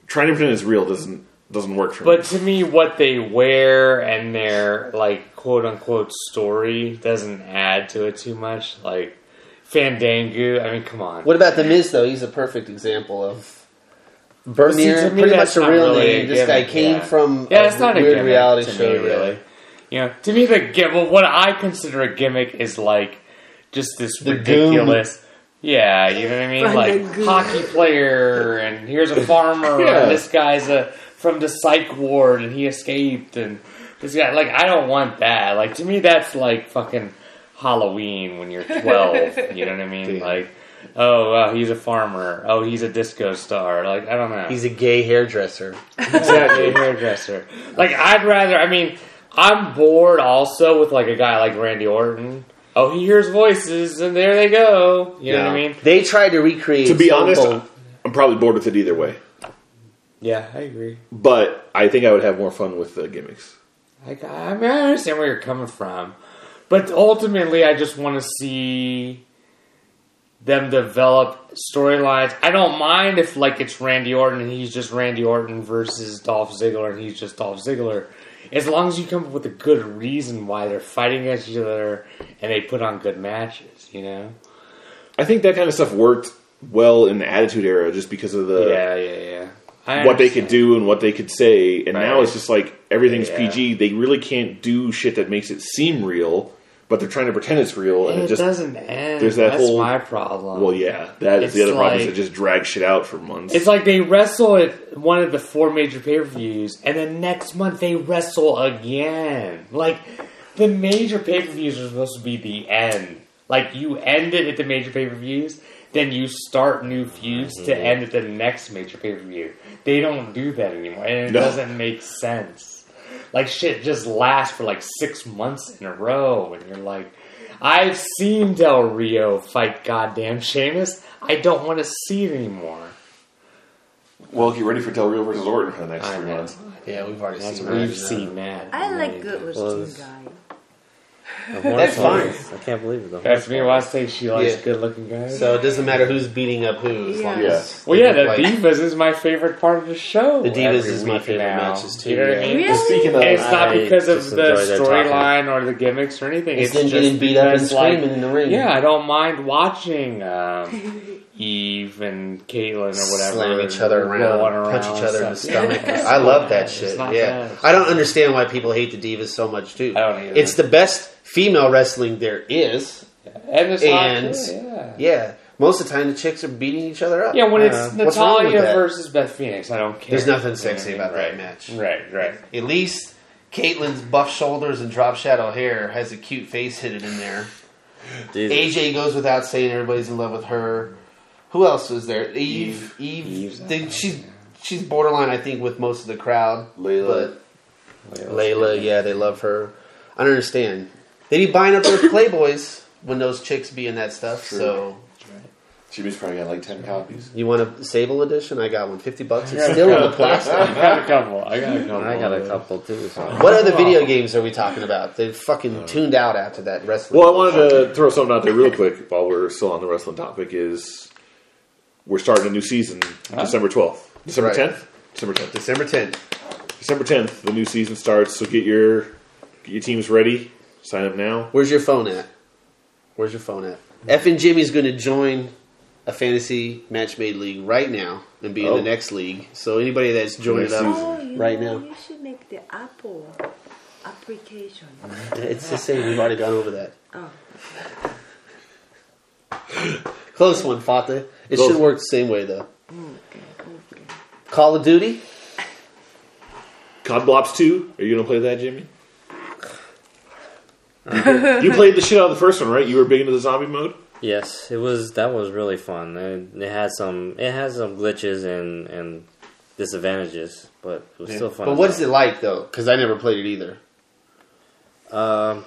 Speaker 1: trying to pretend it's real doesn't doesn't work for
Speaker 3: But
Speaker 1: me.
Speaker 3: to me what they wear and their like quote unquote story doesn't add to it too much. Like Fandango, I mean come on.
Speaker 4: What about the Miz though? He's a perfect example of
Speaker 3: See,
Speaker 4: Vermeer,
Speaker 3: to me,
Speaker 4: pretty much
Speaker 3: that's
Speaker 4: a
Speaker 3: not
Speaker 4: real
Speaker 3: really a
Speaker 4: name. This guy
Speaker 3: gimmick,
Speaker 4: came
Speaker 3: yeah.
Speaker 4: from
Speaker 3: Yeah, it's
Speaker 4: a
Speaker 3: not a
Speaker 4: weird
Speaker 3: gimmick
Speaker 4: reality
Speaker 3: to
Speaker 4: show.
Speaker 3: me,
Speaker 4: yeah.
Speaker 3: really. You know, to me, the gimmick, what I consider a gimmick is like just this
Speaker 4: The
Speaker 3: ridiculous. Yeah, you know what I mean?
Speaker 5: Find
Speaker 3: Like
Speaker 5: a goon.
Speaker 3: hockey player, and here's a farmer,
Speaker 1: Yeah.
Speaker 3: and this guy's a from the psych ward, and he escaped, and this guy. Like, I don't want that. Like to me, that's like fucking Halloween when you're 12. you know what I mean? Like, oh, wow, he's a farmer. Oh, he's a disco star. Like, I don't know
Speaker 4: He's a gay hairdresser.
Speaker 3: exactly a hairdresser. Like I'd rather. I mean, I'm bored also with like a guy like Randy Orton. Oh, he hears voices, and there they go. You know what I mean?
Speaker 4: They tried to recreate.
Speaker 1: To be
Speaker 4: Stone
Speaker 1: honest,
Speaker 4: Cold.
Speaker 1: I'm probably bored with it either way.
Speaker 3: Yeah, I agree.
Speaker 1: But I think I would have more fun with the gimmicks.
Speaker 3: Like I, mean, I understand where you're coming from, but ultimately, I just want to see them develop storylines. I don't mind if like it's Randy Orton and he's just Randy Orton versus Dolph Ziggler and he's just Dolph Ziggler. As long as you come up with a good reason why they're fighting against each other and they put on good matches, you know?
Speaker 1: I think that kind of stuff worked well in the Attitude Era just because of the
Speaker 3: yeah, yeah, yeah. I
Speaker 1: Uh, what they could
Speaker 3: understand.
Speaker 1: do and what they could say. And now
Speaker 3: Right.
Speaker 1: it's just like everything's
Speaker 3: Yeah.
Speaker 1: PG. They really can't do shit that makes it seem real, but they're trying to pretend it's real. And
Speaker 3: And
Speaker 1: it,
Speaker 3: it
Speaker 1: just
Speaker 3: doesn't end.
Speaker 1: there's that
Speaker 3: That's
Speaker 1: whole-
Speaker 3: my problem.
Speaker 1: well, yeah, that is the
Speaker 3: It's
Speaker 1: other problem is
Speaker 3: like-
Speaker 1: it just drags shit out for months.
Speaker 3: It's like they wrestle at one of the four major pay per views, and then next month they wrestle again. Like the major pay per views are supposed to be the end. Like you end it at the major pay per views, then you start new feuds to end at the next major pay per view. They don't do that anymore, and it
Speaker 1: No.
Speaker 3: doesn't make sense. Like shit just lasts for like six months in a row, and you're like. I've seen Del Rio fight goddamn Sheamus. I don't want to see it anymore.
Speaker 1: well, get ready for Del Rio versus Orton for the next
Speaker 3: I
Speaker 1: three
Speaker 3: know.
Speaker 1: months.
Speaker 4: yeah, we've already
Speaker 3: That's
Speaker 4: seen.
Speaker 3: what
Speaker 4: that.
Speaker 3: we've seen that.
Speaker 5: I like
Speaker 3: Right.
Speaker 5: good
Speaker 2: Close.
Speaker 5: looking guy.
Speaker 2: That's
Speaker 4: fine.
Speaker 2: I can't believe it. though.
Speaker 3: That's me. Why I say she likes
Speaker 4: Yeah.
Speaker 3: good-looking guys.
Speaker 4: So it doesn't matter who's beating up who. As
Speaker 5: Yeah.
Speaker 4: long
Speaker 1: Yeah.
Speaker 4: as
Speaker 3: well,
Speaker 4: they
Speaker 3: yeah, the
Speaker 4: look like-
Speaker 3: divas is my favorite part of the show.
Speaker 4: The Divas
Speaker 3: every
Speaker 4: is my
Speaker 3: week
Speaker 4: favorite
Speaker 3: now.
Speaker 4: matches, too,
Speaker 3: You know what I
Speaker 4: yeah.
Speaker 3: mean?
Speaker 5: Really? Oh,
Speaker 1: And speaking of,
Speaker 3: And it's not
Speaker 2: I
Speaker 3: because of
Speaker 2: just
Speaker 3: the
Speaker 2: enjoy their talking.
Speaker 3: storyline or the gimmicks or anything.
Speaker 4: It's
Speaker 3: It's,
Speaker 4: them
Speaker 3: just
Speaker 4: getting beat up and
Speaker 3: because, like,
Speaker 4: screaming in the ring.
Speaker 3: Yeah, I don't mind watching um, Eve and Caitlyn or whatever
Speaker 4: slam each other
Speaker 3: rolling
Speaker 4: around, punch each other in the
Speaker 3: stuff.
Speaker 4: stomach.
Speaker 3: Yeah.
Speaker 4: I love that
Speaker 3: It's
Speaker 4: shit.
Speaker 3: not
Speaker 4: Yeah,
Speaker 3: bad.
Speaker 4: I don't understand why people hate the divas so much too.
Speaker 3: I don't either.
Speaker 4: It's the best female wrestling there is.
Speaker 3: And it's
Speaker 4: And-
Speaker 3: hot, too, yeah.
Speaker 4: Yeah, most of the time the chicks are beating each other up.
Speaker 3: Yeah, when it's
Speaker 4: Uh, what's wrong with
Speaker 3: Natalia
Speaker 4: that?
Speaker 3: versus Beth Phoenix, I don't care.
Speaker 4: There's nothing
Speaker 3: You know
Speaker 4: sexy
Speaker 3: what
Speaker 4: about
Speaker 3: I mean?
Speaker 4: that
Speaker 3: Right.
Speaker 4: match.
Speaker 3: Right, right.
Speaker 4: At least Caitlyn's buff shoulders and drop shadow hair has a cute face hidden in there.
Speaker 2: Jesus.
Speaker 4: AJ goes without saying everybody's in love with her. Who else was there? Eve. Eve.
Speaker 3: Eve's
Speaker 4: they-
Speaker 3: out,
Speaker 4: she's she's borderline, I think, with most of the crowd.
Speaker 1: Layla.
Speaker 4: But Layla, yeah, they love her. I don't understand. They be buying up those playboys when those chicks be in that stuff.
Speaker 1: True.
Speaker 4: So
Speaker 1: Jimmy's probably got like 10 copies.
Speaker 4: you want a Sable edition? I got one, fifty bucks. It's still in the plastic.
Speaker 3: I got a couple. I got a couple.
Speaker 2: I got a couple too. So.
Speaker 4: What other video games are we talking about? They fucking tuned out after that wrestling.
Speaker 1: Uh, Well, I wanted to throw something out there real quick while we're still on the wrestling topic is we're starting a new season
Speaker 3: Ah.
Speaker 1: December 12th. December
Speaker 4: Right.
Speaker 1: 10th? December 10th.
Speaker 4: December tenth.
Speaker 1: December 10th, the new season starts, so get your get your teams ready. Sign up now.
Speaker 4: Where's your phone at? Where's your phone at? F and Jimmy's going to join a fantasy match made league right now and be in
Speaker 1: Oh.
Speaker 4: the next league. So anybody that's joining
Speaker 1: Next
Speaker 4: up,
Speaker 1: season.
Speaker 5: Oh, you
Speaker 4: Right
Speaker 5: know,
Speaker 4: now.
Speaker 5: You should make the Apple application.
Speaker 4: it's the same. We've already gone over that.
Speaker 5: Oh,
Speaker 4: Close one, Fata. It
Speaker 1: Close.
Speaker 4: should work the same way though.
Speaker 5: okay, okay.
Speaker 4: Call of Duty.
Speaker 1: COD Blops 2. Are you going to play that, Jimmy? you played the shit out of the first one, right? You were big into the zombie mode?
Speaker 2: Yes, it was. That was really fun. It, it had some. It had some glitches and and disadvantages, but it was still fun.
Speaker 4: But what is it like though? Because I never played it either.
Speaker 2: Um,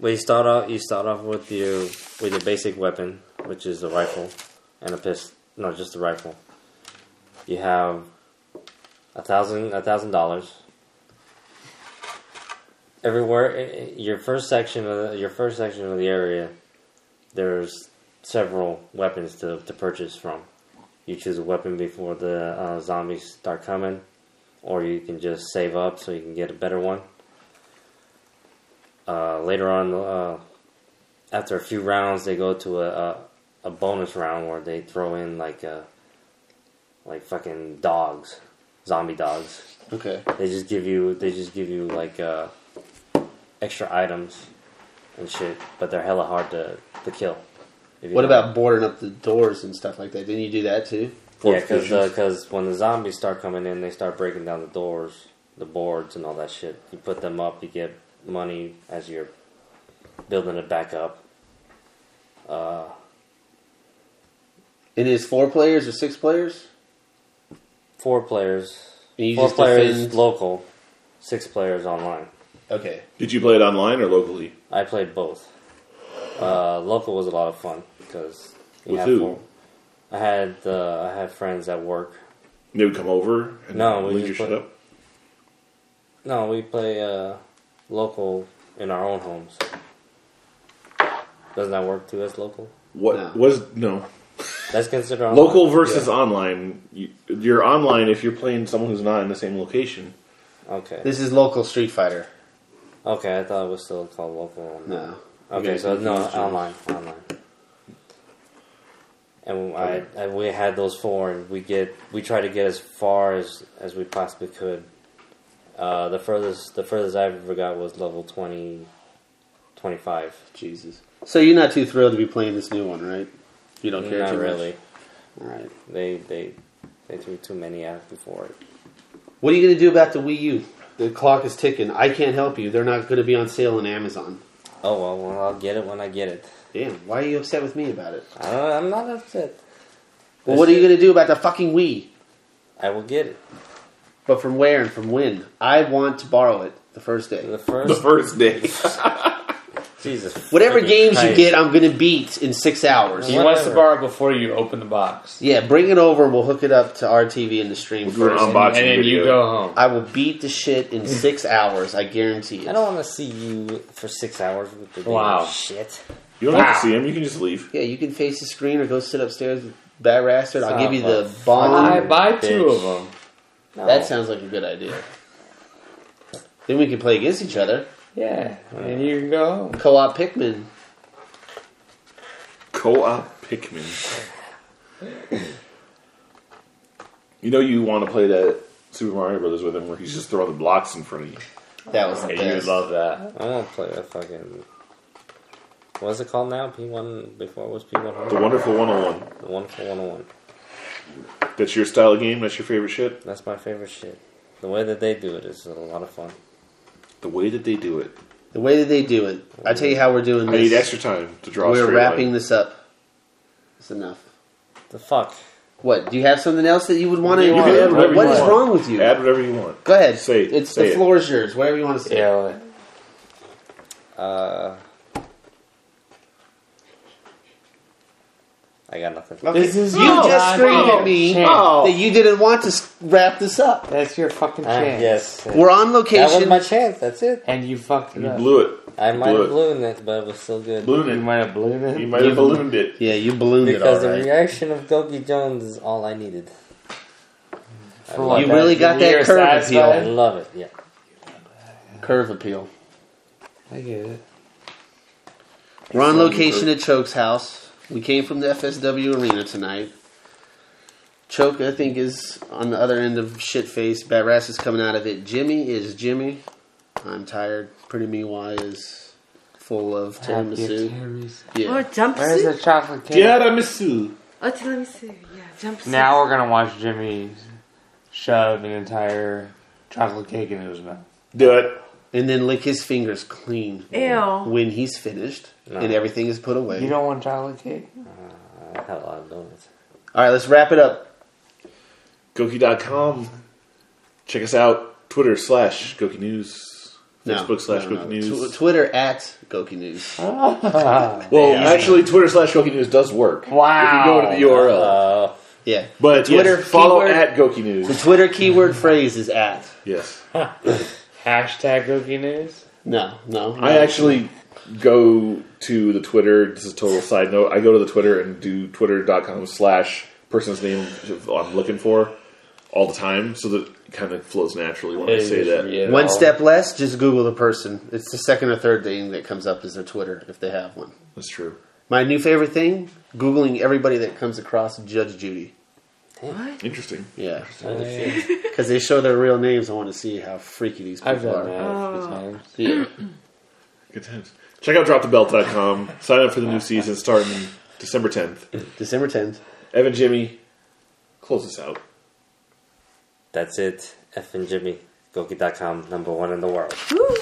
Speaker 2: well, you start off. You start off with your with your basic weapon, which is a rifle and a pistol. No, just a rifle. You have a thousand a thousand dollars. Everywhere, i- i- your first section of the, your first section of the area, there's several weapons to to purchase from. You choose a weapon before the uh, zombies start coming, or you can just save up so you can get a better one uh, later on, uh, after a few rounds, they go to a, a a bonus round where they throw in like uh like fucking dogs, zombie dogs.
Speaker 4: Okay.
Speaker 2: They just give you they just give you like uh, extra items and shit, but they're hella hard to to kill. If you
Speaker 4: What
Speaker 2: don't-
Speaker 4: about boarding up the doors and stuff like that? Didn't you do that too?
Speaker 2: yeah? Because
Speaker 1: Fortifications.
Speaker 2: when the zombies start coming in, they start breaking down the doors, the boards, and all that shit. You put them up, you get money as you're building it back up.
Speaker 4: And it's four players or six players?
Speaker 2: four players.
Speaker 4: And you
Speaker 2: four
Speaker 4: just
Speaker 2: players
Speaker 4: defend-
Speaker 2: local, six players online.
Speaker 4: Okay.
Speaker 1: Did you play it online or locally?
Speaker 2: I played both. Uh, local was a lot of fun because you
Speaker 1: With
Speaker 2: have
Speaker 1: who?
Speaker 2: four- I had uh, I had friends at work.
Speaker 1: They would come over and
Speaker 2: No, we
Speaker 1: link your
Speaker 2: just
Speaker 1: shit
Speaker 2: play-
Speaker 1: up?
Speaker 2: No, we play uh, local in our own homes. Doesn't that work too as local?
Speaker 1: What
Speaker 4: No.
Speaker 1: was no
Speaker 2: That's considered online.
Speaker 1: local versus online? You, you're online if you're playing someone who's not in the same location.
Speaker 2: Okay.
Speaker 4: This is local Street Fighter.
Speaker 2: Okay, I thought it was still called local. Online.
Speaker 4: No.
Speaker 2: Okay,
Speaker 4: Okay,
Speaker 2: so no,
Speaker 4: confused, Jim.
Speaker 2: online, online. And I, I, we had those four, and we get, we try to get as far as as we possibly could. Uh, the furthest, the furthest I've ever got was level 20, 25.
Speaker 4: Jesus. So you're not too thrilled to be playing this new one, right? You don't care
Speaker 2: Not
Speaker 4: too
Speaker 2: really.
Speaker 4: much. All right.
Speaker 2: They, they, they threw too many out before it.
Speaker 4: What are you going to do about the Wii U? The clock is ticking. I can't help you. They're not going to be on sale on Amazon.
Speaker 2: Oh well, well, I'll get it when I get it.
Speaker 4: Damn. Why are you upset with me about it?
Speaker 2: I don't, I'm not upset.
Speaker 4: Well, what are you going to do about the fucking Wii?
Speaker 2: I will get it.
Speaker 4: But from where and from when? I want to borrow it the first day.
Speaker 2: The first,
Speaker 1: The first day.
Speaker 2: Jesus.
Speaker 4: Whatever
Speaker 2: freaking
Speaker 4: games you
Speaker 2: Christ.
Speaker 4: get, I'm going to beat in six hours.
Speaker 3: He wants to
Speaker 2: Whatever.
Speaker 3: borrow before you open the box.
Speaker 4: Yeah, bring it over. We'll hook it up to our TV in the stream
Speaker 1: do an
Speaker 4: first.
Speaker 1: unbox-
Speaker 3: And then you
Speaker 1: Video.
Speaker 3: go home.
Speaker 4: I will beat the shit in six hours. I guarantee
Speaker 2: I
Speaker 4: it.
Speaker 2: don't want to see you for six hours with the damn
Speaker 3: Wow.
Speaker 2: shit.
Speaker 1: You don't have to
Speaker 3: Wow.
Speaker 1: see him. You can just leave.
Speaker 4: Yeah, you can face the screen or go sit upstairs with Bat Rastard. I'll
Speaker 2: Son
Speaker 4: give you
Speaker 2: of a
Speaker 4: the bond.
Speaker 3: I buy two
Speaker 2: bitch.
Speaker 3: of them.
Speaker 2: No.
Speaker 4: That sounds like a good idea. Then we can play against each other.
Speaker 3: Yeah, and you can go home.
Speaker 4: Co-op Pikmin.
Speaker 1: Co-op Pikmin. you know you want to play that Super Mario Brothers with him, where he's just throwing the blocks in front of you.
Speaker 4: That was the
Speaker 3: Yeah, you would
Speaker 4: best.
Speaker 3: love that.
Speaker 2: I want to play a fucking. What's it called now? P one before it was P one
Speaker 1: The
Speaker 2: hundred.
Speaker 1: Wonderful 101.
Speaker 2: The wonderful one hundred one.
Speaker 1: That's your style of game. That's your favorite shit.
Speaker 2: That's my favorite shit. The way that they do it is a lot of fun.
Speaker 1: The way that they do it.
Speaker 4: The way that they do it, I tell you how we're doing
Speaker 1: I need
Speaker 4: this.
Speaker 1: extra time to draw. a
Speaker 4: We're
Speaker 1: straight
Speaker 4: wrapping
Speaker 1: line.
Speaker 4: this up. It's enough.
Speaker 2: The fuck?
Speaker 4: What? Do you have something else that you would want to?
Speaker 1: You can add
Speaker 4: What-
Speaker 1: whatever
Speaker 4: what
Speaker 1: you
Speaker 4: is
Speaker 1: want.
Speaker 4: wrong with you?
Speaker 1: Add whatever you want.
Speaker 4: Go ahead.
Speaker 1: Say it.
Speaker 4: It's
Speaker 1: Say
Speaker 4: the
Speaker 1: it.
Speaker 4: floor is yours. Whatever you want to say.
Speaker 3: Yeah.
Speaker 2: Uh, I got nothing.
Speaker 4: Okay.
Speaker 3: This is
Speaker 4: you
Speaker 3: your
Speaker 4: just
Speaker 3: time.
Speaker 4: screamed at me
Speaker 3: Oh.
Speaker 4: that you didn't want to s- wrap this up.
Speaker 3: That's your fucking
Speaker 2: Ah,
Speaker 3: chance.
Speaker 2: yes,
Speaker 4: We're on
Speaker 2: that was
Speaker 4: location.
Speaker 2: my chance. That's it.
Speaker 3: And you fucked it
Speaker 1: You
Speaker 3: up.
Speaker 1: blew it.
Speaker 2: I might
Speaker 1: blew it.
Speaker 2: have blown it, but it was still good.
Speaker 1: Balloon
Speaker 3: You
Speaker 1: it.
Speaker 3: might have blown it.
Speaker 1: You might have ballooned it.
Speaker 4: yeah, you ballooned
Speaker 2: Because
Speaker 4: it
Speaker 2: the
Speaker 4: all right.
Speaker 2: reaction of Goki Jones is all I needed. I
Speaker 3: For
Speaker 2: love
Speaker 3: what,
Speaker 4: You
Speaker 2: it.
Speaker 3: that-
Speaker 4: really got that
Speaker 3: you're
Speaker 4: curve
Speaker 3: satisfied?
Speaker 2: I love it. Yeah.
Speaker 4: Curve appeal.
Speaker 3: I get it.
Speaker 4: We're on
Speaker 1: Sorry,
Speaker 4: location
Speaker 1: Kurt.
Speaker 4: at Choke's house. We came from the FSW arena tonight. Choke, I think, is on the other end of shit face. Batrass is coming out of it. Jimmy is Jimmy. I'm tired. Pretty Miwa is full of tiramisu.
Speaker 5: Or
Speaker 4: Yeah.
Speaker 3: Where's the
Speaker 5: jumpsuit?
Speaker 3: chocolate cake?
Speaker 1: Tiramisu.
Speaker 5: Oh, tiramisu. Yeah, jumpsuit.
Speaker 3: Now we're gonna watch Jimmy shove an entire chocolate cake into his mouth.
Speaker 1: Do it.
Speaker 4: And then lick his fingers clean
Speaker 5: Ew.
Speaker 4: when he's finished and everything is put away.
Speaker 3: You don't want chocolate cake?
Speaker 2: I had a lot of donuts.
Speaker 4: All right, let's wrap it up.
Speaker 1: Goki.com. Check us out. Twitter slash Goki News.
Speaker 4: No,
Speaker 1: Facebook slash
Speaker 4: no, no,
Speaker 1: Goki
Speaker 4: no.
Speaker 1: News.
Speaker 4: Tw- Twitter at Goki News.
Speaker 1: well, actually, Twitter slash Goki News does work.
Speaker 3: Wow.
Speaker 1: If you go to the URL.
Speaker 2: Uh,
Speaker 4: Yeah.
Speaker 1: but
Speaker 4: Twitter
Speaker 1: yes, follow
Speaker 4: keyword-
Speaker 1: at Goki
Speaker 4: The
Speaker 1: News.
Speaker 4: Twitter keyword phrase is at.
Speaker 1: Yes.
Speaker 3: Hashtag cookie news.
Speaker 4: No, no.
Speaker 1: I
Speaker 4: no.
Speaker 1: actually go to the Twitter. This is a total side note. I go to the Twitter and do twitter.com slash person's name I'm looking for all the time. So that it kind of flows naturally when I say that.
Speaker 4: One step less, just Google the person. It's the second or third thing that comes up is their Twitter if they have one.
Speaker 1: That's true.
Speaker 4: My new favorite thing: googling everybody that comes across Judge Judy.
Speaker 1: Interesting.
Speaker 4: Yeah,
Speaker 2: holy shit.
Speaker 4: because they show their real names. I want to see how freaky these
Speaker 3: I've
Speaker 4: people
Speaker 3: done
Speaker 4: are.
Speaker 3: that a few times.
Speaker 4: Yeah.
Speaker 1: Good times. Check out dropthebelt.com. Sign up for the new season starting December 10th.
Speaker 4: December tenth.
Speaker 1: Evan Jimmy, close us out.
Speaker 2: That's it. F and Jimmy. Goki.com, number one in the world.
Speaker 5: Woo.